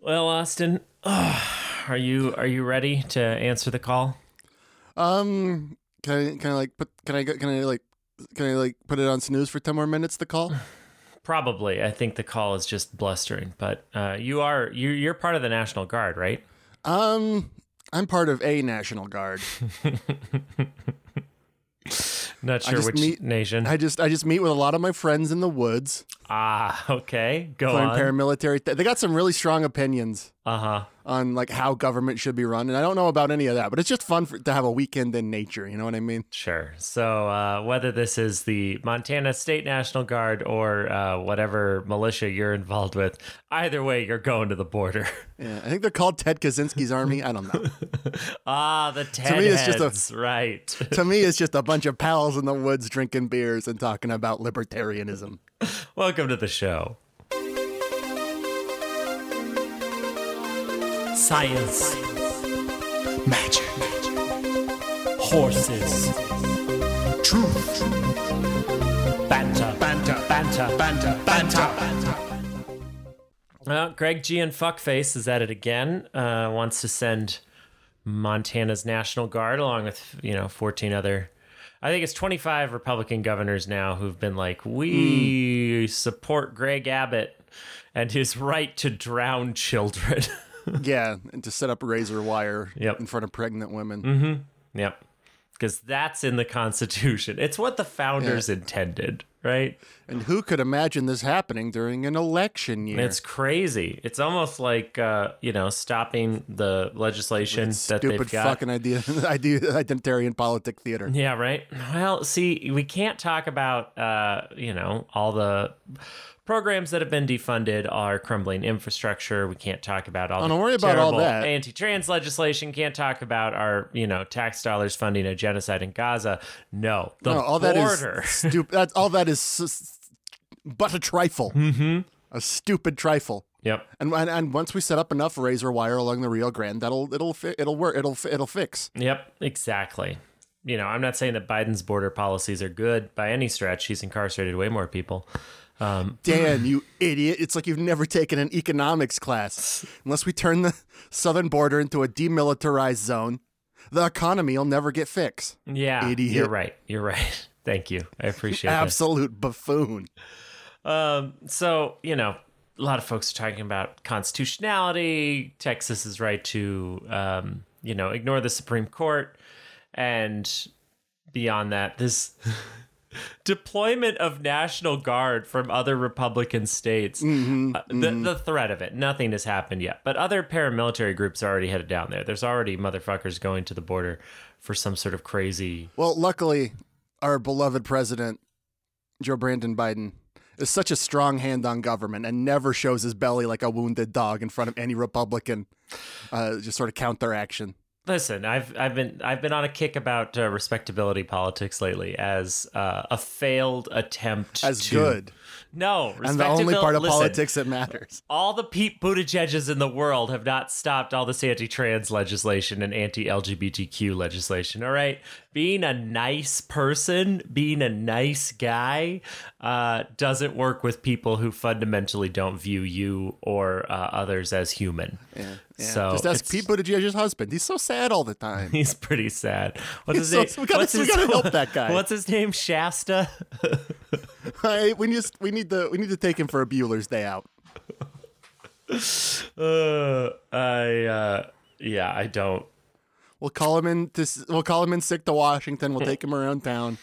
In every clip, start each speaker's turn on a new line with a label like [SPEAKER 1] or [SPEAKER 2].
[SPEAKER 1] Well, Austin, ugh, are you are you ready to answer the call?
[SPEAKER 2] Um, can I can I like put can I go can I like can I like put it on snooze for ten more minutes? The call.
[SPEAKER 1] Probably. I think the call is just blustering, but uh, you are you you're part of the National Guard, right?
[SPEAKER 2] Um, I'm part of a National Guard.
[SPEAKER 1] Not
[SPEAKER 2] I
[SPEAKER 1] sure
[SPEAKER 2] just
[SPEAKER 1] which
[SPEAKER 2] need-
[SPEAKER 1] nation.
[SPEAKER 2] I just I just meet with a lot of my friends in the woods
[SPEAKER 1] ah, okay. Go
[SPEAKER 2] playing
[SPEAKER 1] on.
[SPEAKER 2] paramilitary. Th- they got some really strong opinions
[SPEAKER 1] uh huh.
[SPEAKER 2] on like how government should be run, and I don't know about any of that. But it's just fun for, to have a weekend in nature. You know what I mean?
[SPEAKER 1] Sure. So uh, whether this is the Montana State National Guard or uh, whatever militia you're involved with, either way, you're going to the border.
[SPEAKER 2] Yeah, I think they're called Ted Kaczynski's army. I don't know.
[SPEAKER 1] ah, the Ted
[SPEAKER 2] me, it's just a-
[SPEAKER 1] heads, right.
[SPEAKER 2] to me, it's just a bunch of pals in the woods drinking beers and talking about libertarianism.
[SPEAKER 1] Welcome to the show.
[SPEAKER 3] Science. Magic. Horses. Truth. Banter. Banter. Banter. Banter. Banter.
[SPEAKER 1] Uh, Greg G and Fuckface is at it again. Uh, wants to send Montana's National Guard along with you know 14 other. I think it's 25 Republican governors now who've been like,
[SPEAKER 3] Hmm.
[SPEAKER 1] we support Greg Abbott and his right to drown children.
[SPEAKER 2] Yeah, and to set up razor wire
[SPEAKER 1] Yep. Mm-hmm.
[SPEAKER 2] in front of pregnant women.
[SPEAKER 1] yep. Because that's in the Constitution. It's what the founders intended, right?
[SPEAKER 2] And who could imagine this happening during an election year?
[SPEAKER 1] It's crazy. It's almost like, uh, you know, stopping the legislation that
[SPEAKER 2] Stupid
[SPEAKER 1] they've got.
[SPEAKER 2] fucking idea, idea, identitarian politic theater.
[SPEAKER 1] Yeah, right. Well, see, we can't talk about uh, you know, all the programs that have been defunded, our crumbling infrastructure. We can't talk about all.
[SPEAKER 2] Oh,
[SPEAKER 1] the
[SPEAKER 2] don't worry about all
[SPEAKER 1] terrible
[SPEAKER 2] that.
[SPEAKER 1] Anti-trans legislation. Can't talk about our you know tax dollars funding a genocide in Gaza. No, the
[SPEAKER 2] No, all that is
[SPEAKER 1] border.
[SPEAKER 2] stupid. That's all that is, s- s- but a trifle, mm-hmm. a stupid trifle.
[SPEAKER 1] yep.
[SPEAKER 2] And, and and once we set up enough razor wire along the Rio Grande, that'll it'll fi- it'll work. It'll fi- it'll fix.
[SPEAKER 1] Yep, exactly. You know, I'm not saying that Biden's border policies are good by any stretch. He's incarcerated way more people.
[SPEAKER 2] Dan, you idiot! It's like you've never taken an economics class. Unless we turn the southern border into a demilitarized zone, the economy'll never get fixed.
[SPEAKER 1] Yeah,
[SPEAKER 2] Idiot.
[SPEAKER 1] you're right. You're right. Thank you. I appreciate that.
[SPEAKER 2] Absolute buffoon.
[SPEAKER 1] so you know a lot of folks are talking about constitutionality texas's right to um, you know ignore the supreme court and beyond that this deployment of national guard from other republican states uh, the, the threat of it nothing has happened yet but other paramilitary groups are already headed down there there's already motherfuckers going to the border for some sort of crazy
[SPEAKER 2] Well, luckily, our beloved president, Joe Brandon Biden, is such a strong hand on government and never shows his belly like a wounded dog in front of any Republican, uh, just sort of counteraction.
[SPEAKER 1] Listen, I've I've been I've been on a kick about uh, respectability politics lately as uh, a failed attempt
[SPEAKER 2] As
[SPEAKER 1] to-
[SPEAKER 2] good.
[SPEAKER 1] No,
[SPEAKER 2] And the only
[SPEAKER 1] respectabil-
[SPEAKER 2] part of
[SPEAKER 1] listen,
[SPEAKER 2] politics that matters.
[SPEAKER 1] All the Pete Buttigieg's in the world have not stopped all this anti-trans legislation and anti-LGBTQ legislation. All right, being a nice person, being a nice guy, uh, doesn't work with people who fundamentally don't view you or uh, others as human.
[SPEAKER 2] Yeah.
[SPEAKER 1] So
[SPEAKER 2] just ask
[SPEAKER 1] it's-
[SPEAKER 2] Pete Buttigieg's husband. He's so sad all the time.
[SPEAKER 1] He's pretty sad. What's his
[SPEAKER 2] So-
[SPEAKER 1] name?
[SPEAKER 2] we gotta-
[SPEAKER 1] what's
[SPEAKER 2] we
[SPEAKER 1] his,
[SPEAKER 2] gotta help that guy.
[SPEAKER 1] What's his name? Shasta.
[SPEAKER 2] Right? we just we need to we need to take him for a Bueller's day out.
[SPEAKER 1] Uh, I uh, yeah, I don't.
[SPEAKER 2] We'll call him in. To, s- we'll call him in sick to Washington. We'll take him around town.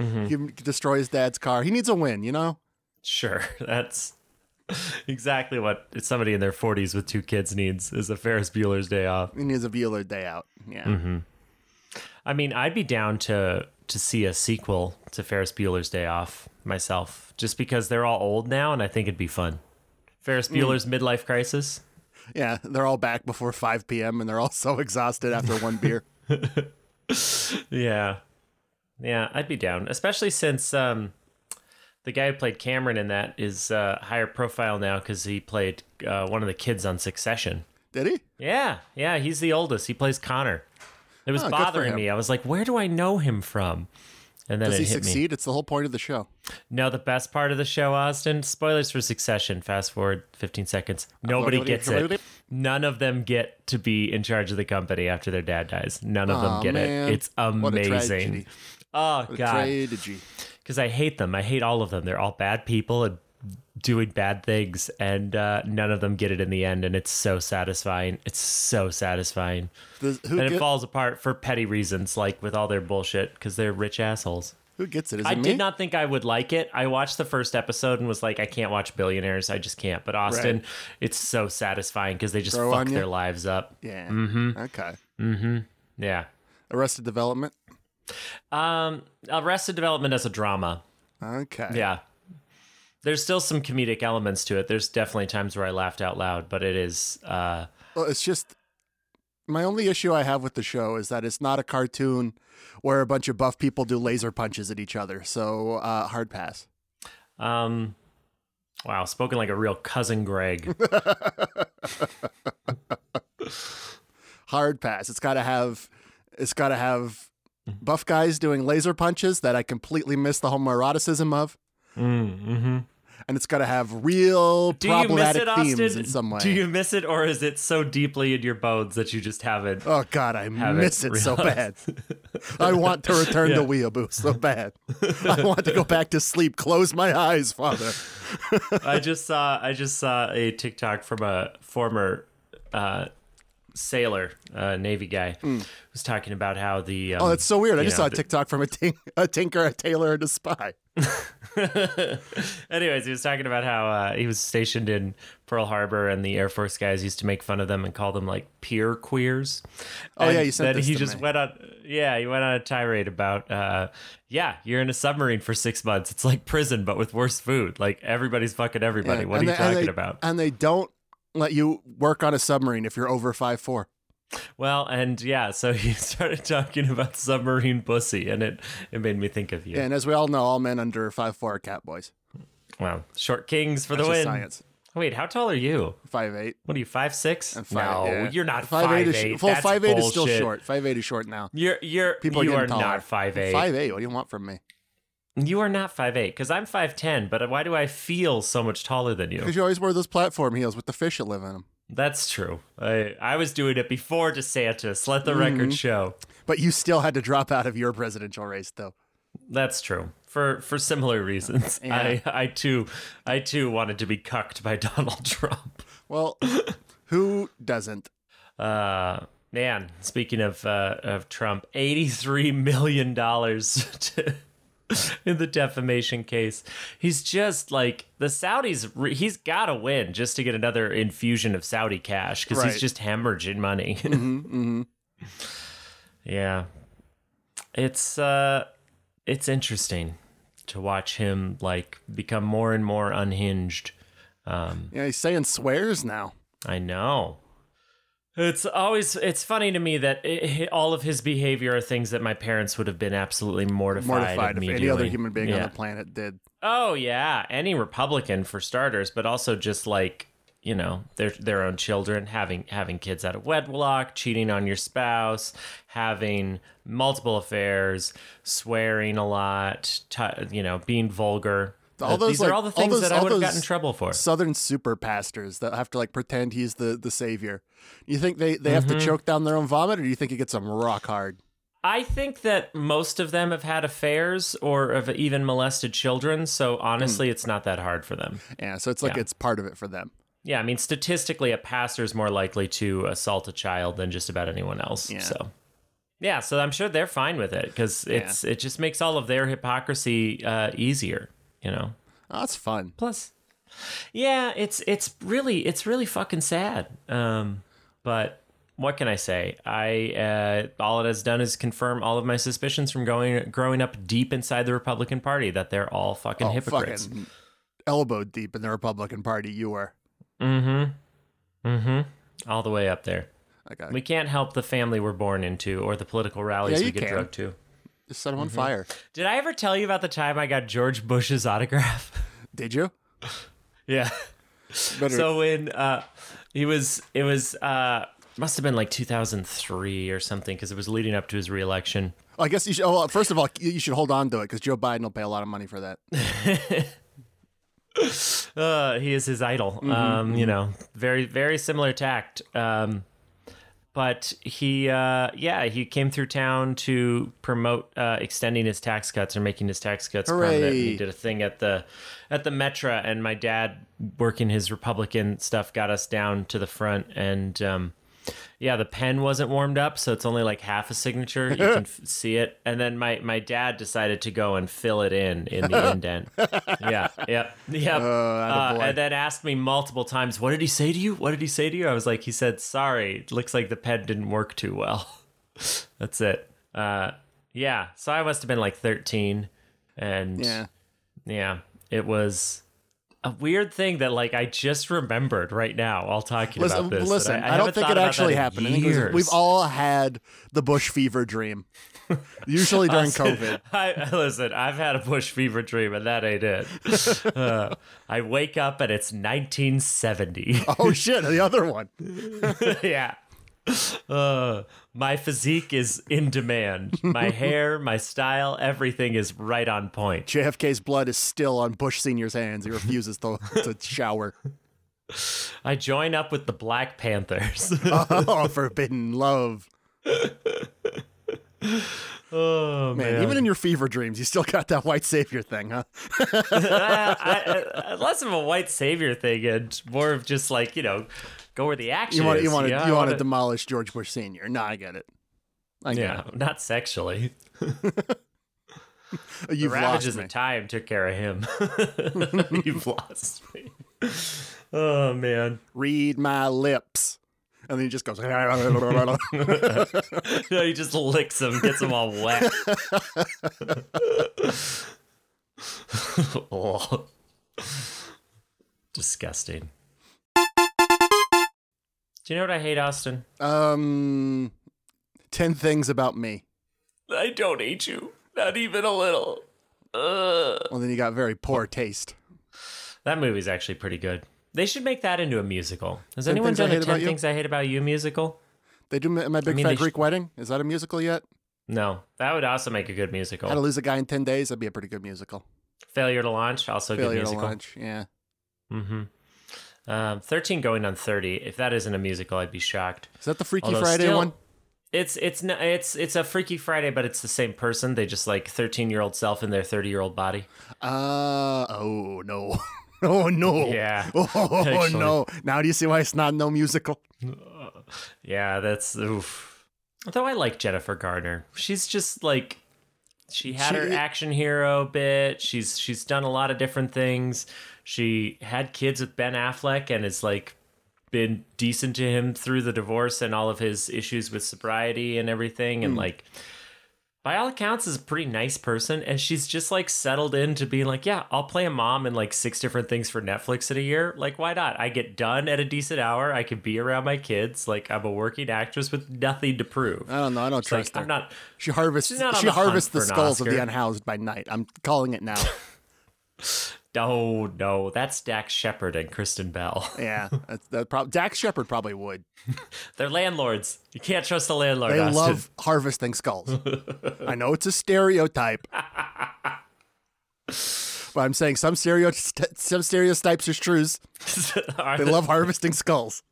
[SPEAKER 1] Mm-hmm.
[SPEAKER 2] Give him, destroy his dad's car. He needs a win, you know.
[SPEAKER 1] Sure, that's exactly what somebody in their forties with two kids needs is a Ferris Bueller's Day Off.
[SPEAKER 2] He needs a Bueller day out. Yeah.
[SPEAKER 1] Mm-hmm. I mean, I'd be down to to see a sequel to Ferris Bueller's Day Off myself, just because they're all old now, and I think it'd be fun. Ferris
[SPEAKER 2] Mm.
[SPEAKER 1] Bueller's midlife crisis.
[SPEAKER 2] Yeah, they're all back before 5 p.m. and they're all so exhausted after one beer.
[SPEAKER 1] Yeah. Yeah, I'd be down, especially since um the guy who played Cameron in that is uh higher profile now cuz he played uh, one of the kids on Succession.
[SPEAKER 2] Did he?
[SPEAKER 1] Yeah. Yeah, he's the oldest. He plays Connor. It was
[SPEAKER 2] Oh, good for
[SPEAKER 1] bothering
[SPEAKER 2] him.
[SPEAKER 1] me. I was like, "Where do I know him from?" And then
[SPEAKER 2] Does
[SPEAKER 1] it
[SPEAKER 2] he
[SPEAKER 1] hit me.
[SPEAKER 2] succeed? It's the whole point of the show.
[SPEAKER 1] No, the best part of the show, Austin. Spoilers for Succession. Fast forward 15 seconds.
[SPEAKER 2] Oh,
[SPEAKER 1] Nobody gets it. None of them get to be in charge of the company after their dad dies. None of them
[SPEAKER 2] Aw,
[SPEAKER 1] get
[SPEAKER 2] man.
[SPEAKER 1] it. It's
[SPEAKER 2] What a
[SPEAKER 1] amazing.
[SPEAKER 2] tragedy.
[SPEAKER 1] Oh
[SPEAKER 2] What a
[SPEAKER 1] god,
[SPEAKER 2] tragedy.
[SPEAKER 1] because I hate them. I hate all of them. They're all bad people and doing bad things, and uh, none of them get it in the end. And it's so satisfying. It's so satisfying.
[SPEAKER 2] The- who,
[SPEAKER 1] and it
[SPEAKER 2] get-
[SPEAKER 1] falls apart for petty reasons, like with all their bullshit, because they're rich assholes.
[SPEAKER 2] who gets it? Is it
[SPEAKER 1] I
[SPEAKER 2] me?
[SPEAKER 1] did not think I would like it. I watched the first episode and was like, I can't watch billionaires. I just can't. But Austin,
[SPEAKER 2] Right.
[SPEAKER 1] it's so satisfying because they just
[SPEAKER 2] Grow
[SPEAKER 1] fuck
[SPEAKER 2] on ya.
[SPEAKER 1] their lives up. Mm-hmm.
[SPEAKER 2] Yeah. Okay.
[SPEAKER 1] Yeah.
[SPEAKER 2] Arrested Development.
[SPEAKER 1] Um, Arrested Development as a drama.
[SPEAKER 2] Okay.
[SPEAKER 1] Yeah. There's still some comedic elements to it. There's definitely times where I laughed out loud, but it is. Uh,
[SPEAKER 2] Well, it's just my only issue I have with the show is that it's not a cartoon where a bunch of buff people do laser punches at each other. So uh, hard pass.
[SPEAKER 1] um, wow, spoken like a real cousin Greg.
[SPEAKER 2] Hard pass. It's got to have. It's got to have
[SPEAKER 1] Mm-hmm.
[SPEAKER 2] buff guys doing laser punches that I completely miss the homoeroticism of.
[SPEAKER 1] mm-hmm.
[SPEAKER 2] And it's got to have real
[SPEAKER 1] Do you miss
[SPEAKER 2] problematic
[SPEAKER 1] it,
[SPEAKER 2] themes
[SPEAKER 1] Austin?
[SPEAKER 2] in some way.
[SPEAKER 1] Do you miss it, or is it so deeply in your bones that you just haven't?
[SPEAKER 2] Oh God, I
[SPEAKER 1] Haven't
[SPEAKER 2] miss it so bad.
[SPEAKER 1] realized.
[SPEAKER 2] I want to return to
[SPEAKER 1] Yeah.
[SPEAKER 2] Weeaboo so bad. I want to go back to sleep. Close my eyes, Father.
[SPEAKER 1] I just saw I just saw a TikTok from a former uh, sailor, uh, Navy guy, who was talking about how the um,
[SPEAKER 2] Mm. Oh, that's so weird. I
[SPEAKER 1] you
[SPEAKER 2] just
[SPEAKER 1] know,
[SPEAKER 2] saw a
[SPEAKER 1] the-
[SPEAKER 2] TikTok from a, tin- a tinker, a tailor, and a spy.
[SPEAKER 1] Anyways, he was talking about how uh, he was stationed in Pearl Harbor, and the Air Force guys used to make fun of them and call them like peer queers.
[SPEAKER 2] Oh,
[SPEAKER 1] And
[SPEAKER 2] yeah, you sent
[SPEAKER 1] then
[SPEAKER 2] this
[SPEAKER 1] he
[SPEAKER 2] to
[SPEAKER 1] just
[SPEAKER 2] me.
[SPEAKER 1] went on, yeah, he went on a tirade about, uh, yeah, you're in a submarine for six months. It's like prison, but with worse food. Like everybody's fucking everybody.
[SPEAKER 2] Yeah.
[SPEAKER 1] What
[SPEAKER 2] And
[SPEAKER 1] are you
[SPEAKER 2] they- and
[SPEAKER 1] talking
[SPEAKER 2] they-
[SPEAKER 1] about?
[SPEAKER 2] And they don't let you work on a submarine if you're over five four.
[SPEAKER 1] Well, and yeah, so he started talking about submarine pussy, and it it made me think of you.
[SPEAKER 2] And as we all know, all men under five four are cat boys.
[SPEAKER 1] wow, short kings for
[SPEAKER 2] That's
[SPEAKER 1] the
[SPEAKER 2] just
[SPEAKER 1] win.
[SPEAKER 2] science.
[SPEAKER 1] Wait, how tall are you?
[SPEAKER 2] Five eight.
[SPEAKER 1] What are you, five six?
[SPEAKER 2] And five,
[SPEAKER 1] no,
[SPEAKER 2] yeah.
[SPEAKER 1] you're not
[SPEAKER 2] Five eight is sh- well,
[SPEAKER 1] That's
[SPEAKER 2] five eight is still
[SPEAKER 1] bullshit.
[SPEAKER 2] short. Five eight is short now.
[SPEAKER 1] You're you're
[SPEAKER 2] People
[SPEAKER 1] you
[SPEAKER 2] are,
[SPEAKER 1] are
[SPEAKER 2] getting taller.
[SPEAKER 1] not five eight.
[SPEAKER 2] Five eight. What do you want from me?
[SPEAKER 1] You are not five eight because I'm five ten. But why do I feel so much taller than you?
[SPEAKER 2] Because you always wear those platform heels with the fish that live in them.
[SPEAKER 1] That's true. I I was doing it before DeSantis. Let the
[SPEAKER 2] Mm-hmm.
[SPEAKER 1] record show.
[SPEAKER 2] But you still had to drop out of your presidential race, though.
[SPEAKER 1] That's true. For for similar reasons, I I too I too wanted to be cucked by Donald Trump.
[SPEAKER 2] Well, who doesn't?
[SPEAKER 1] Uh, man, speaking of uh, of Trump, eighty three million dollars in the defamation case. He's just like the Saudis. re- He's got to win just to get another infusion of Saudi cash because
[SPEAKER 2] Right.
[SPEAKER 1] he's just hemorrhaging money. yeah, it's uh, it's interesting to watch him like become more and more unhinged.
[SPEAKER 2] Yeah, he's saying swears now.
[SPEAKER 1] I know. It's always it's funny to me that i i- all of his behavior are things that my parents would have been absolutely mortified,
[SPEAKER 2] Mortified if
[SPEAKER 1] immediately.
[SPEAKER 2] any other human being on
[SPEAKER 1] Yeah.
[SPEAKER 2] the planet did.
[SPEAKER 1] Oh yeah, any Republican for starters, but also just like you know their their own children having having kids out of wedlock, cheating on your spouse, having multiple affairs, swearing a lot, t- you know, being vulgar.
[SPEAKER 2] All
[SPEAKER 1] Uh,
[SPEAKER 2] those,
[SPEAKER 1] These
[SPEAKER 2] like-
[SPEAKER 1] are all the
[SPEAKER 2] all
[SPEAKER 1] things
[SPEAKER 2] those-
[SPEAKER 1] that I
[SPEAKER 2] all
[SPEAKER 1] would have
[SPEAKER 2] those
[SPEAKER 1] gotten in trouble for.
[SPEAKER 2] Southern super pastors that have to like pretend he's the the savior. You think they they have
[SPEAKER 1] Mm-hmm.
[SPEAKER 2] to choke down their own vomit, or do you think it gets them rock hard?
[SPEAKER 1] I think that most of them have had affairs or have even molested children, so honestly, it's not that hard for them.
[SPEAKER 2] Yeah, so it's like
[SPEAKER 1] Yeah.
[SPEAKER 2] it's part of it for them.
[SPEAKER 1] Yeah, I mean, statistically, a pastor's more likely to assault a child than just about anyone else.
[SPEAKER 2] Yeah.
[SPEAKER 1] So, yeah, so I'm sure they're fine with it because it's it just makes all of their hypocrisy uh, easier, you know.
[SPEAKER 2] Oh, that's fun.
[SPEAKER 1] Plus, yeah, it's it's really it's really fucking sad. Um, but what can I say? I uh, all it has done is confirm all of my suspicions from going growing up deep inside the Republican Party that they're all fucking
[SPEAKER 2] Oh,
[SPEAKER 1] hypocrites.
[SPEAKER 2] fucking elbow deep in the Republican Party. You were
[SPEAKER 1] All the way up there.
[SPEAKER 2] like a
[SPEAKER 1] We can't help the family we're born into or the political rallies we
[SPEAKER 2] Yeah, you
[SPEAKER 1] get
[SPEAKER 2] can.
[SPEAKER 1] drugged to.
[SPEAKER 2] just set him on
[SPEAKER 1] Mm-hmm.
[SPEAKER 2] fire.
[SPEAKER 1] Did I ever tell you about the time I got George Bush's autograph?
[SPEAKER 2] Did you?
[SPEAKER 1] yeah.
[SPEAKER 2] Better
[SPEAKER 1] So when uh, he was, it was uh, must have been like 2003 or something because it was leading up to his reelection.
[SPEAKER 2] I guess you should. oh, Well, first of all, you should hold on to it because Joe Biden will pay a lot of money for that.
[SPEAKER 1] uh, he is his idol. um, you know, very very similar tact. Um, but he, uh, yeah, he came through town to promote uh, extending his tax cuts or making his tax cuts permanent.
[SPEAKER 2] Hooray.
[SPEAKER 1] He did a thing at the at the Metra, and my dad, working his Republican stuff, got us down to the front and. Um, yeah, the pen wasn't warmed up, so it's only like half a signature. You can f- see it, and then my my dad decided to go and fill it in in the indent. Yeah, yep, yep. Uh,
[SPEAKER 2] attaboy.
[SPEAKER 1] and then asked me multiple times, "What did he say to you? What did he say to you?" I was like, "He said sorry. It looks like the pen didn't work too well." That's it. Uh, yeah, so I must have been like thirteen, and
[SPEAKER 2] Yeah.
[SPEAKER 1] yeah, it was. A weird thing that like I just remembered right now while talking
[SPEAKER 2] Listen,
[SPEAKER 1] about this. that
[SPEAKER 2] listen. I,
[SPEAKER 1] haven't
[SPEAKER 2] don't think
[SPEAKER 1] thought
[SPEAKER 2] it
[SPEAKER 1] about that
[SPEAKER 2] actually
[SPEAKER 1] in
[SPEAKER 2] happened. I think it was-
[SPEAKER 1] years.
[SPEAKER 2] we've all had the bush fever dream, usually during COVID.
[SPEAKER 1] I, listen, I've had a bush fever dream, and that ain't it. Uh, I wake up and it's 1970.
[SPEAKER 2] Oh shit! The other one.
[SPEAKER 1] yeah. Uh, my physique is in demand. My hair, my style, everything is right on point.
[SPEAKER 2] JFK's blood is still on Bush Senior's hands. He refuses to, to shower.
[SPEAKER 1] I join up with the Black Panthers.
[SPEAKER 2] Oh, forbidden love.
[SPEAKER 1] oh man!
[SPEAKER 2] Man, even in your fever dreams, you still got that white savior thing, huh?
[SPEAKER 1] I, I, less of a white savior thing and more of just like you know, go where the action
[SPEAKER 2] You want
[SPEAKER 1] is.
[SPEAKER 2] you want to
[SPEAKER 1] know? I
[SPEAKER 2] you want to
[SPEAKER 1] wanna-
[SPEAKER 2] demolish George Bush Senior. No, I get it. I get
[SPEAKER 1] yeah, not sexually.
[SPEAKER 2] it. You've
[SPEAKER 1] the ravages
[SPEAKER 2] lost me.
[SPEAKER 1] of time took care of him. You've lost me. Oh man,
[SPEAKER 2] Read my lips, and then he just goes. That's
[SPEAKER 1] no, he just licks them, gets them all wet. Oh. Disgusting. Do you know what I hate, Austin?
[SPEAKER 2] um, ten things about me.
[SPEAKER 1] I don't hate you, not even a little.
[SPEAKER 2] Well, then you got very poor taste.
[SPEAKER 1] That movie's actually pretty good. They should make that into a musical. Has anyone
[SPEAKER 2] Things I
[SPEAKER 1] done a
[SPEAKER 2] Hate About
[SPEAKER 1] 10
[SPEAKER 2] You?
[SPEAKER 1] Things I Hate About You musical?
[SPEAKER 2] They do my, my big
[SPEAKER 1] mean,
[SPEAKER 2] fat
[SPEAKER 1] they sh-
[SPEAKER 2] Greek wedding. Is that a musical yet?
[SPEAKER 1] No, that would also make a good musical.
[SPEAKER 2] How to lose a guy in ten days? That'd be a pretty good musical.
[SPEAKER 1] Failure to Launch, also a good
[SPEAKER 2] Failure to
[SPEAKER 1] musical.
[SPEAKER 2] launch. Yeah.
[SPEAKER 1] hmm Um, Thirteen going on thirty. If that isn't a musical, I'd be shocked.
[SPEAKER 2] Is that the Freaky
[SPEAKER 1] Although
[SPEAKER 2] Friday
[SPEAKER 1] still-
[SPEAKER 2] one?
[SPEAKER 1] It's it's n- it's it's a Freaky Friday, but it's the same person. They just like thirteen year old self in their thirty year old body.
[SPEAKER 2] Uh oh no. Oh no.
[SPEAKER 1] Yeah.
[SPEAKER 2] Oh
[SPEAKER 1] Actually.
[SPEAKER 2] no. Now do you see why it's not no musical?
[SPEAKER 1] Yeah, that's oof. Although I like Jennifer Garner. She's just like she had her
[SPEAKER 2] She-
[SPEAKER 1] action hero bit. She's she's done a lot of different things. She had kids with Ben Affleck and is like been decent to him through the divorce and all of his issues with sobriety and everything and like by all accounts is a pretty nice person and she's just like settled into being like yeah i'll play a mom in like six different things for netflix in a year like why not i get done at a decent hour i can be around my kids like i'm a working actress with nothing to prove
[SPEAKER 2] I don't know. I don't
[SPEAKER 1] It's like
[SPEAKER 2] trust her.
[SPEAKER 1] i'm not
[SPEAKER 2] she harvests
[SPEAKER 1] not on
[SPEAKER 2] she
[SPEAKER 1] the hunt
[SPEAKER 2] harvests the
[SPEAKER 1] for an
[SPEAKER 2] skulls of the
[SPEAKER 1] Oscar.
[SPEAKER 2] unhoused by night. I'm calling it now.
[SPEAKER 1] oh no that's dax shepard and kristen bell
[SPEAKER 2] yeah. That's that prob- Dax Shepard probably would.
[SPEAKER 1] they're landlords you can't trust a landlord
[SPEAKER 2] They
[SPEAKER 1] Austin.
[SPEAKER 2] love harvesting skulls. I know it's a stereotype. but I'm saying some stereo some stereotypes are trues.
[SPEAKER 1] Are
[SPEAKER 2] They
[SPEAKER 1] the-
[SPEAKER 2] love harvesting skulls.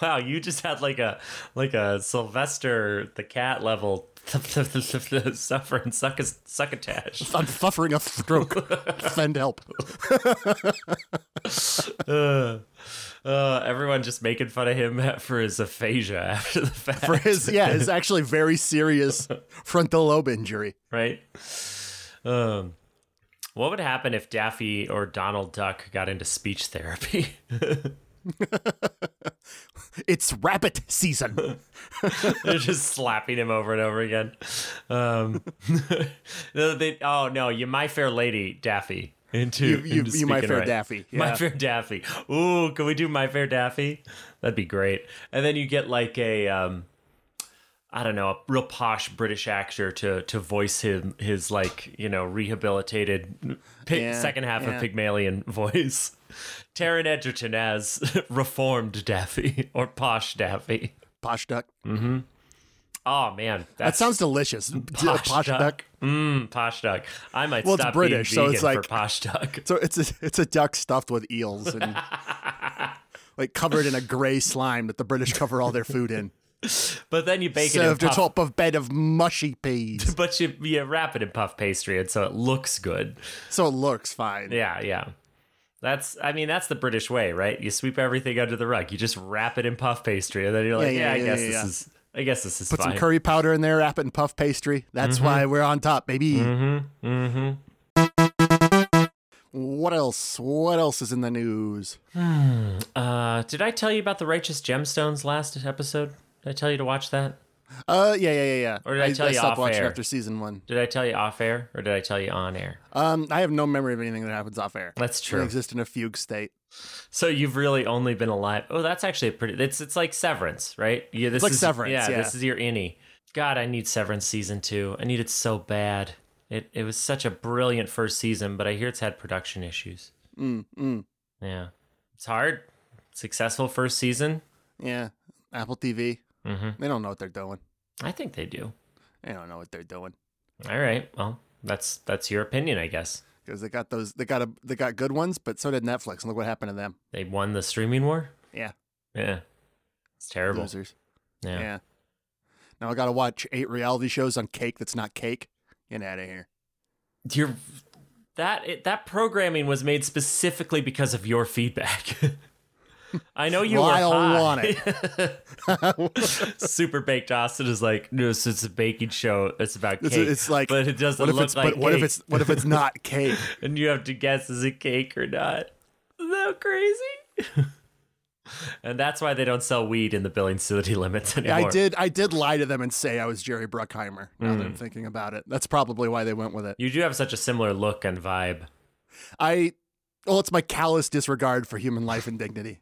[SPEAKER 1] Wow, you just had like a like a Sylvester the cat level suffer and suck succotash.
[SPEAKER 2] I'm suffering a stroke. Send help.
[SPEAKER 1] Uh, uh, everyone just making fun of him for his aphasia after the fact,
[SPEAKER 2] for his yeah his actually very serious frontal lobe injury
[SPEAKER 1] right? Um, what would happen if Daffy or Donald Duck got into speech therapy?
[SPEAKER 2] it's rabbit season
[SPEAKER 1] They're just slapping him over and over again. Um, no, they, oh no, you my fair lady, Daffy. Into
[SPEAKER 2] you, you,
[SPEAKER 1] into
[SPEAKER 2] you my
[SPEAKER 1] speaking
[SPEAKER 2] fair
[SPEAKER 1] right.
[SPEAKER 2] daffy yeah.
[SPEAKER 1] My Fair Daffy. Ooh, can we do My Fair Daffy? That'd be great. And then you get like a um I don't know, a real posh British actor to to voice him his like, you know, rehabilitated pig,
[SPEAKER 2] Yeah,
[SPEAKER 1] second half
[SPEAKER 2] yeah.
[SPEAKER 1] of Pygmalion voice. Taryn Edgerton as reformed Daffy or posh Daffy.
[SPEAKER 2] posh duck
[SPEAKER 1] Oh man,
[SPEAKER 2] That
[SPEAKER 1] that's
[SPEAKER 2] sounds delicious. D- uh,
[SPEAKER 1] posh,
[SPEAKER 2] posh
[SPEAKER 1] duck.
[SPEAKER 2] duck.
[SPEAKER 1] Mmm, posh duck. I might
[SPEAKER 2] Well, it's
[SPEAKER 1] stop
[SPEAKER 2] British, so
[SPEAKER 1] being vegan
[SPEAKER 2] it's like-
[SPEAKER 1] for posh duck.
[SPEAKER 2] So it's a, it's a duck stuffed with eels and like covered in a gray slime that the British cover all their food in.
[SPEAKER 1] But then you bake it in
[SPEAKER 2] Served
[SPEAKER 1] puff,
[SPEAKER 2] atop of bed of mushy peas,
[SPEAKER 1] but you, you wrap it in puff pastry, and so it looks good.
[SPEAKER 2] so it looks fine.
[SPEAKER 1] Yeah, yeah. That's I mean that's the British way, right? You sweep everything under the rug. You just wrap it in puff pastry, and then you're like, yeah,
[SPEAKER 2] Yeah, yeah, yeah,
[SPEAKER 1] I guess
[SPEAKER 2] yeah,
[SPEAKER 1] this
[SPEAKER 2] yeah.
[SPEAKER 1] is I guess this is
[SPEAKER 2] Put
[SPEAKER 1] fine.
[SPEAKER 2] some curry powder in there, wrap it in puff pastry. That's why we're on top, baby.
[SPEAKER 1] mm-hmm.
[SPEAKER 2] What else? What else is in the news?
[SPEAKER 1] Uh, did I tell you about the Righteous Gemstones last episode? Did I tell you to watch that?
[SPEAKER 2] Uh, yeah, yeah, yeah, yeah.
[SPEAKER 1] Or did I tell
[SPEAKER 2] I
[SPEAKER 1] you
[SPEAKER 2] stopped
[SPEAKER 1] off
[SPEAKER 2] watching
[SPEAKER 1] air?
[SPEAKER 2] after season one.
[SPEAKER 1] Did I tell you off air or did I tell you on air?
[SPEAKER 2] Um, I have no memory of anything that happens off air.
[SPEAKER 1] That's
[SPEAKER 2] I
[SPEAKER 1] true.
[SPEAKER 2] exist in a fugue state.
[SPEAKER 1] So you've really only been alive. Oh, that's actually a pretty. It's it's like Severance, right? Yeah, this
[SPEAKER 2] like
[SPEAKER 1] is
[SPEAKER 2] Severance, yeah.
[SPEAKER 1] this is your innie. God, I need Severance season two. I need it so bad. It it was such a brilliant first season, but I hear it's had production issues.
[SPEAKER 2] Mm, mm,
[SPEAKER 1] Yeah, it's hard. Successful first season.
[SPEAKER 2] yeah. Apple TV.
[SPEAKER 1] hmm
[SPEAKER 2] They don't know what they're doing.
[SPEAKER 1] I think they do.
[SPEAKER 2] They don't know what they're doing
[SPEAKER 1] All right. Well, that's that's your opinion, I guess.
[SPEAKER 2] because they got those. They got a. They got good ones, but so did Netflix. And look what happened to them.
[SPEAKER 1] They won the streaming war.
[SPEAKER 2] Yeah.
[SPEAKER 1] Yeah. It's terrible.
[SPEAKER 2] Losers.
[SPEAKER 1] Yeah.
[SPEAKER 2] Yeah. Now I gotta watch eight reality shows on cake that's not cake. Get out of here.
[SPEAKER 1] You're that it, that programming was made specifically because of your feedback. I know you
[SPEAKER 2] Well,
[SPEAKER 1] were
[SPEAKER 2] I don't
[SPEAKER 1] high.
[SPEAKER 2] want
[SPEAKER 1] Super Baked Austin is like, no, it's, it's a baking show. It's about cake.
[SPEAKER 2] It's, it's like,
[SPEAKER 1] but it doesn't
[SPEAKER 2] what if
[SPEAKER 1] look
[SPEAKER 2] it's?
[SPEAKER 1] like
[SPEAKER 2] but what if
[SPEAKER 1] cake,
[SPEAKER 2] it's? What if it's not cake?
[SPEAKER 1] and you have to guess is it cake or not? Isn't that crazy? and that's why they don't sell weed in the Billings city limits
[SPEAKER 2] Yeah,
[SPEAKER 1] anymore.
[SPEAKER 2] I did. I did lie to them and say I was Jerry Bruckheimer. Now that I'm
[SPEAKER 1] Mm.
[SPEAKER 2] thinking about it, that's probably why they went with it.
[SPEAKER 1] You do have such a similar look and vibe.
[SPEAKER 2] I. Well, it's my callous disregard for human life and dignity.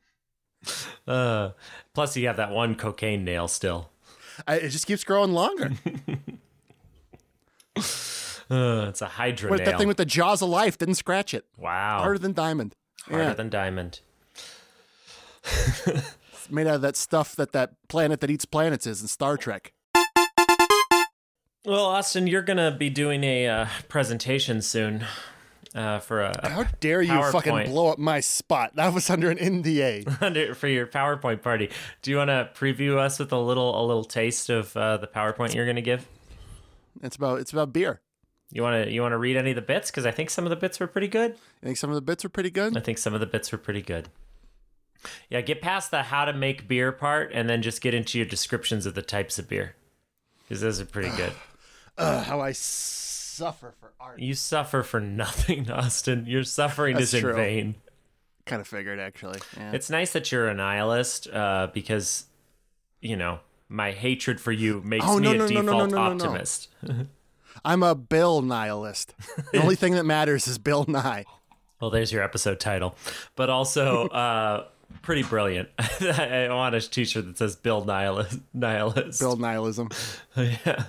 [SPEAKER 1] Uh, plus, you have that one cocaine nail still.
[SPEAKER 2] I, it just keeps growing longer.
[SPEAKER 1] Uh, it's a hydra
[SPEAKER 2] Wait,
[SPEAKER 1] nail.
[SPEAKER 2] that thing with the jaws of life didn't scratch it.
[SPEAKER 1] wow.
[SPEAKER 2] Harder than diamond.
[SPEAKER 1] Oh. harder
[SPEAKER 2] yeah,
[SPEAKER 1] than diamond.
[SPEAKER 2] it's made out of that stuff that that planet that eats planets is in Star Trek.
[SPEAKER 1] Well, Austin, you're gonna be doing a uh, presentation soon uh, for a
[SPEAKER 2] How dare you fucking
[SPEAKER 1] PowerPoint.
[SPEAKER 2] blow up my spot? That was under an NDA.
[SPEAKER 1] under- for your PowerPoint party. Do you want to preview us with a little a little taste of uh, the PowerPoint you're gonna give?
[SPEAKER 2] It's about it's about beer.
[SPEAKER 1] You want to you want to read any of the bits because I think some of the bits were pretty good.
[SPEAKER 2] I think some of the bits are
[SPEAKER 1] I
[SPEAKER 2] pretty good.
[SPEAKER 1] think some of the bits were pretty good. Yeah, get past the how to make beer part and then just get into your descriptions of the types of beer because those are pretty good.
[SPEAKER 2] Ugh, how I suffer for art.
[SPEAKER 1] You suffer for nothing, Austin. Your suffering
[SPEAKER 2] That's
[SPEAKER 1] is in
[SPEAKER 2] true.
[SPEAKER 1] vain.
[SPEAKER 2] Kind of figured actually. Yeah.
[SPEAKER 1] It's nice that you're a nihilist uh, because, you know, my hatred for you makes
[SPEAKER 2] Oh,
[SPEAKER 1] me
[SPEAKER 2] no,
[SPEAKER 1] a
[SPEAKER 2] no, no, no,
[SPEAKER 1] default
[SPEAKER 2] no, no, no, no.
[SPEAKER 1] optimist.
[SPEAKER 2] I'm a Bill nihilist. the only thing that matters is Bill Nye.
[SPEAKER 1] Well, there's your episode title. But also, uh, pretty brilliant. I want a t shirt that says Bill Nihilist. nihilist.
[SPEAKER 2] Bill nihilism.
[SPEAKER 1] yeah.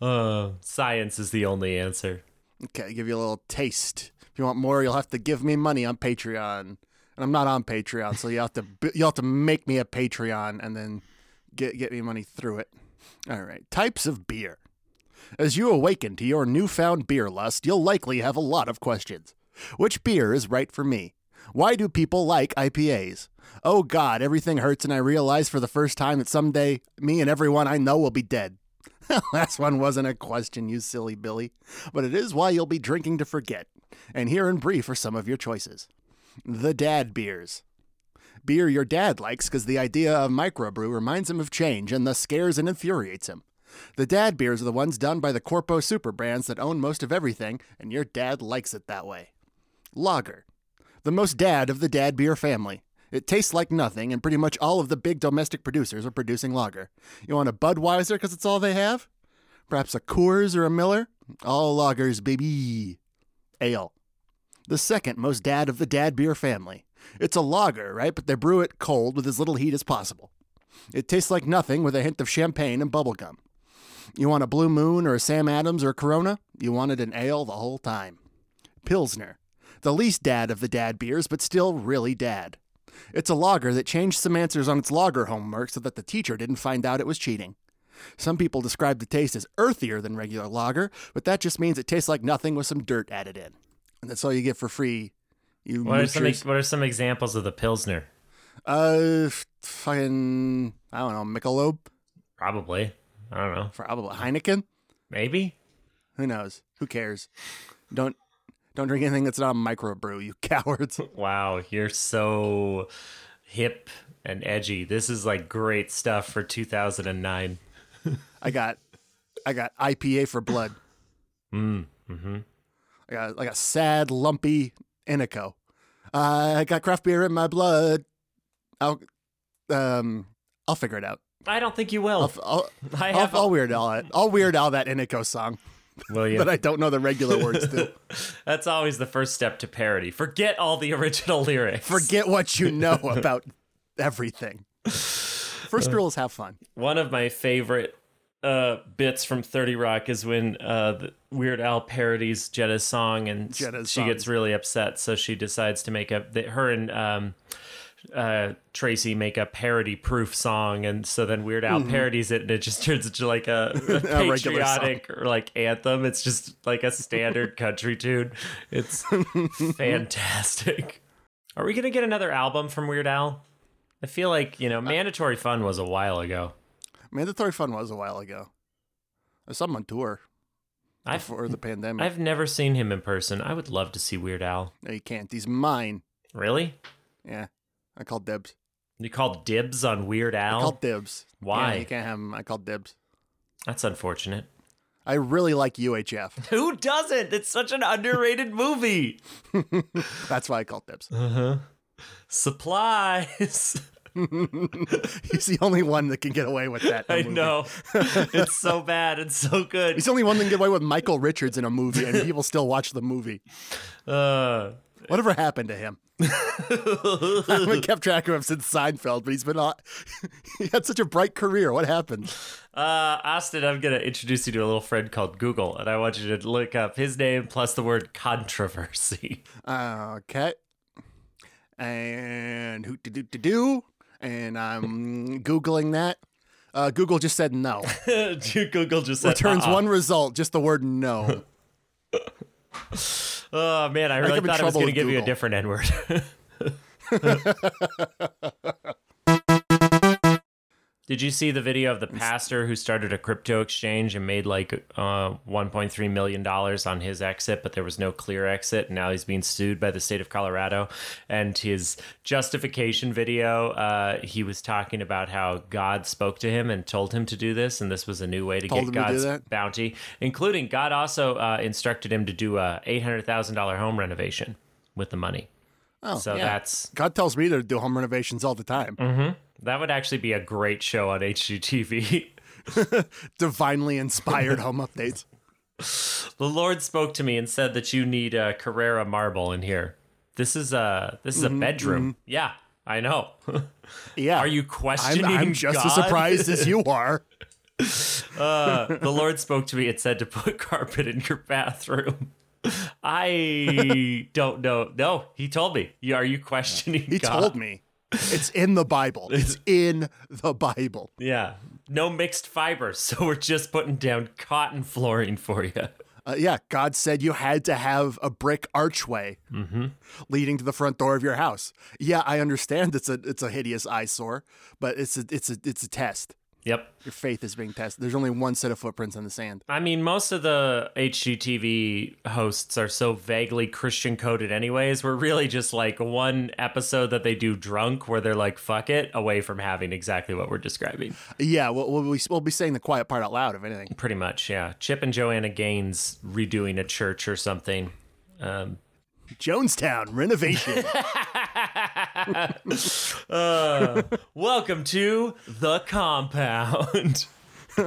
[SPEAKER 1] Uh, science is the only answer.
[SPEAKER 2] Okay, give you a little taste. If you want more, you'll have to give me money on Patreon, and I'm not on Patreon, so you have to you have to make me a Patreon and then get get me money through it. All right, types of beer. As you awaken to your newfound beer lust, you'll likely have a lot of questions. Which beer is right for me? Why do people like IPAs? Oh God, everything hurts, and I realize for the first time that someday me and everyone I know will be dead. Last one wasn't a question, you silly Billy, but it is why you'll be drinking to forget. And here in brief are some of your choices the dad beers. Beer your dad likes because the idea of microbrew reminds him of change and thus scares and infuriates him. The dad beers are the ones done by the corpo super brands that own most of everything, and your dad likes it that way. Lager. The most dad of the dad beer family. It tastes like nothing, and pretty much all of the big domestic producers are producing lager. You want a Budweiser because it's all they have? Perhaps a Coors or a Miller? All lagers, baby. Ale. The second most dad of the dad beer family. It's a lager, right? But they brew it cold with as little heat as possible. It tastes like nothing with a hint of champagne and bubblegum. You want a Blue Moon or a Sam Adams or a Corona? You wanted an ale the whole time. Pilsner. The least dad of the dad beers, but still really dad. It's a lager that changed some answers on its lager homework so that the teacher didn't find out it was cheating. Some people describe the taste as earthier than regular lager, but that just means it tastes like nothing with some dirt added in. And that's all you get for free. You
[SPEAKER 1] What are some e,
[SPEAKER 2] moochers.
[SPEAKER 1] What are some examples of the pilsner?
[SPEAKER 2] Uh, f- fucking, I don't know, Michelob,
[SPEAKER 1] Probably. I don't know.
[SPEAKER 2] probably Heineken.
[SPEAKER 1] Maybe.
[SPEAKER 2] Who knows? Who cares? Don't don't drink anything that's not a microbrew, you cowards.
[SPEAKER 1] Wow, you're so hip and edgy. This is like great stuff for 2009.
[SPEAKER 2] I got I got IPA for blood.
[SPEAKER 1] Mm, hmm
[SPEAKER 2] I got like a sad, lumpy Inico. Uh, I got craft beer in my blood. I'll um I'll figure it out.
[SPEAKER 1] I don't think you will.
[SPEAKER 2] I'll, I'll,
[SPEAKER 1] I
[SPEAKER 2] I'll,
[SPEAKER 1] have.
[SPEAKER 2] I'll weird all that. I'll weird all that Inico song
[SPEAKER 1] will you?
[SPEAKER 2] that I don't know the regular words to.
[SPEAKER 1] That's always the first step to parody. Forget all the original lyrics.
[SPEAKER 2] Forget what you know about everything. First
[SPEAKER 1] Uh.
[SPEAKER 2] rule is have fun.
[SPEAKER 1] One of my favorite uh, bits from 30 Rock is when uh, the Weird Al parodies Jetta's song and s-
[SPEAKER 2] Jetta's
[SPEAKER 1] she
[SPEAKER 2] song.
[SPEAKER 1] gets really upset. So she decides to make up, that her and um, uh, Tracy make a parody proof song. And so then Weird Al parodies it and it just turns into like a, a
[SPEAKER 2] Mm-hmm. regular song.
[SPEAKER 1] patriotic or like anthem. It's just like a standard country tune. It's fantastic. Are we going to get another album from Weird Al? I feel like,
[SPEAKER 2] Uh,
[SPEAKER 1] you know, Mandatory Fun was a while ago.
[SPEAKER 2] Mandatory fun was a while ago. I saw him on tour
[SPEAKER 1] I've
[SPEAKER 2] before the pandemic.
[SPEAKER 1] I've never seen him in person. I would love to see Weird Al.
[SPEAKER 2] no, you can't. He's mine.
[SPEAKER 1] Really?
[SPEAKER 2] Yeah. I called dibs.
[SPEAKER 1] You called dibs on Weird
[SPEAKER 2] I
[SPEAKER 1] Al?
[SPEAKER 2] called dibs.
[SPEAKER 1] Oh. Why?
[SPEAKER 2] Yeah, you can't have him. I called dibs.
[SPEAKER 1] That's unfortunate.
[SPEAKER 2] I really like UHF.
[SPEAKER 1] Who doesn't? It's such an underrated movie.
[SPEAKER 2] That's why I called dibs.
[SPEAKER 1] Supplies.
[SPEAKER 2] He's the only one that can get away with that. in a
[SPEAKER 1] I
[SPEAKER 2] movie.
[SPEAKER 1] know. it's so bad. It's so good.
[SPEAKER 2] He's the only one that can get away with Michael Richards in a movie, and people still watch the movie.
[SPEAKER 1] Uh,
[SPEAKER 2] Whatever happened to him? I haven't kept track of him since Seinfeld, but he's been on. he had such a bright career. What happened?
[SPEAKER 1] uh, Austin, I'm going to introduce you to a little friend called Google, and I want you to look up his name plus the word controversy.
[SPEAKER 2] Okay. uh, And who to do to do? And I'm googling that. Uh, Google just said no.
[SPEAKER 1] Google just said,
[SPEAKER 2] Returns
[SPEAKER 1] "Uh-uh."
[SPEAKER 2] one result, just the word no.
[SPEAKER 1] Oh, man. I really
[SPEAKER 2] I'm in
[SPEAKER 1] thought I was
[SPEAKER 2] trouble
[SPEAKER 1] going to give
[SPEAKER 2] with
[SPEAKER 1] you a
[SPEAKER 2] Google.
[SPEAKER 1] different N word. Did you see the video of the pastor who started a crypto exchange and made like uh, 1.3 million dollars on his exit, but there was no clear exit, and now he's being sued by the state of Colorado. And his justification video, uh, he was talking about how God spoke to him and told him to do this, and this was a new way to get
[SPEAKER 2] Told him to do
[SPEAKER 1] God's
[SPEAKER 2] that?
[SPEAKER 1] bounty, including God also uh, instructed him to do a $800,000 home renovation with the money.
[SPEAKER 2] Oh,
[SPEAKER 1] So Mm-hmm.
[SPEAKER 2] yeah.
[SPEAKER 1] that's
[SPEAKER 2] God tells me to do home renovations all the time.
[SPEAKER 1] that would actually be a great show on HGTV.
[SPEAKER 2] Divinely inspired home updates.
[SPEAKER 1] The Lord spoke to me and said that you need a Carrera marble in here. This is a this is
[SPEAKER 2] Mm-hmm,
[SPEAKER 1] a bedroom. Yeah, I know.
[SPEAKER 2] Yeah.
[SPEAKER 1] Are you
[SPEAKER 2] I'm,
[SPEAKER 1] questioning?
[SPEAKER 2] I'm just as
[SPEAKER 1] God?
[SPEAKER 2] surprised as you are.
[SPEAKER 1] Uh, the Lord spoke to me and said to put carpet in your bathroom. I don't know. No, he told me. You- Are you questioning?
[SPEAKER 2] He
[SPEAKER 1] God?
[SPEAKER 2] told me. It's in the Bible. It's in the Bible.
[SPEAKER 1] Yeah, no mixed fibers, so we're just putting down cotton flooring for you.
[SPEAKER 2] Uh, yeah, God said you had to have a brick archway leading to the front door of your house. Yeah, I understand it's a it's a hideous eyesore, but it's a it's a it's a test.
[SPEAKER 1] Yep.
[SPEAKER 2] Your faith is being tested. There's only one set of footprints in the sand.
[SPEAKER 1] I mean, most of the HGTV hosts are so vaguely Christian coded, anyways. We're really just like one episode that they do drunk where they're like, fuck it, away from having exactly what we're describing.
[SPEAKER 2] Yeah, we'll, we'll, be, we'll be saying the quiet part out loud, if anything.
[SPEAKER 1] Pretty much, yeah. Chip and Joanna Gaines redoing a church or something. Um,
[SPEAKER 2] Jonestown renovation.
[SPEAKER 1] uh, welcome to the compound. uh,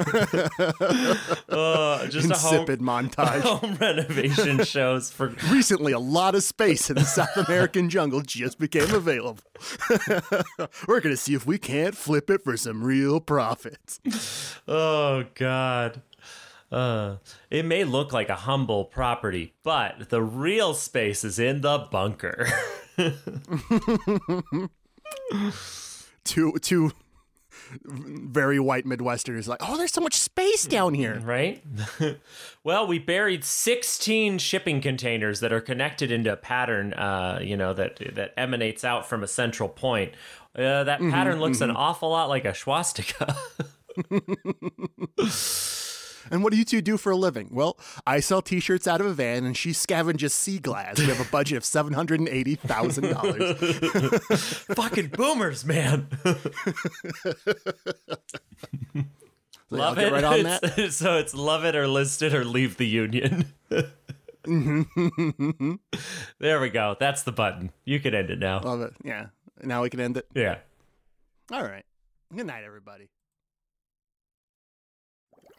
[SPEAKER 1] just
[SPEAKER 2] Insipid
[SPEAKER 1] a
[SPEAKER 2] montage.
[SPEAKER 1] home, home renovation shows for
[SPEAKER 2] Recently, a lot of space in the South American jungle just became available. We're going to see if we can't flip it for some real profits.
[SPEAKER 1] Oh God. Uh, it may look like a humble property, but the real space is in the bunker.
[SPEAKER 2] Two, two, very white Midwesterners like, oh, there's so much space down here.
[SPEAKER 1] right? well, we buried 16 shipping containers that are connected into a pattern, uh, you know, that that emanates out from a central point. Uh, that pattern looks an awful lot like a swastika.
[SPEAKER 2] And what do you two do for a living? Well, I sell T-shirts out of a van, and she scavenges sea glass. We have a budget of seven hundred and eighty thousand dollars.
[SPEAKER 1] Fucking boomers, man. Love
[SPEAKER 2] I'll
[SPEAKER 1] it.
[SPEAKER 2] get right on
[SPEAKER 1] It's-
[SPEAKER 2] that.
[SPEAKER 1] so it's love it or list it or leave the union. there we go. That's the button. You can end it now.
[SPEAKER 2] Love it. Yeah. Now we can end it.
[SPEAKER 1] yeah.
[SPEAKER 2] All right. Good night, everybody.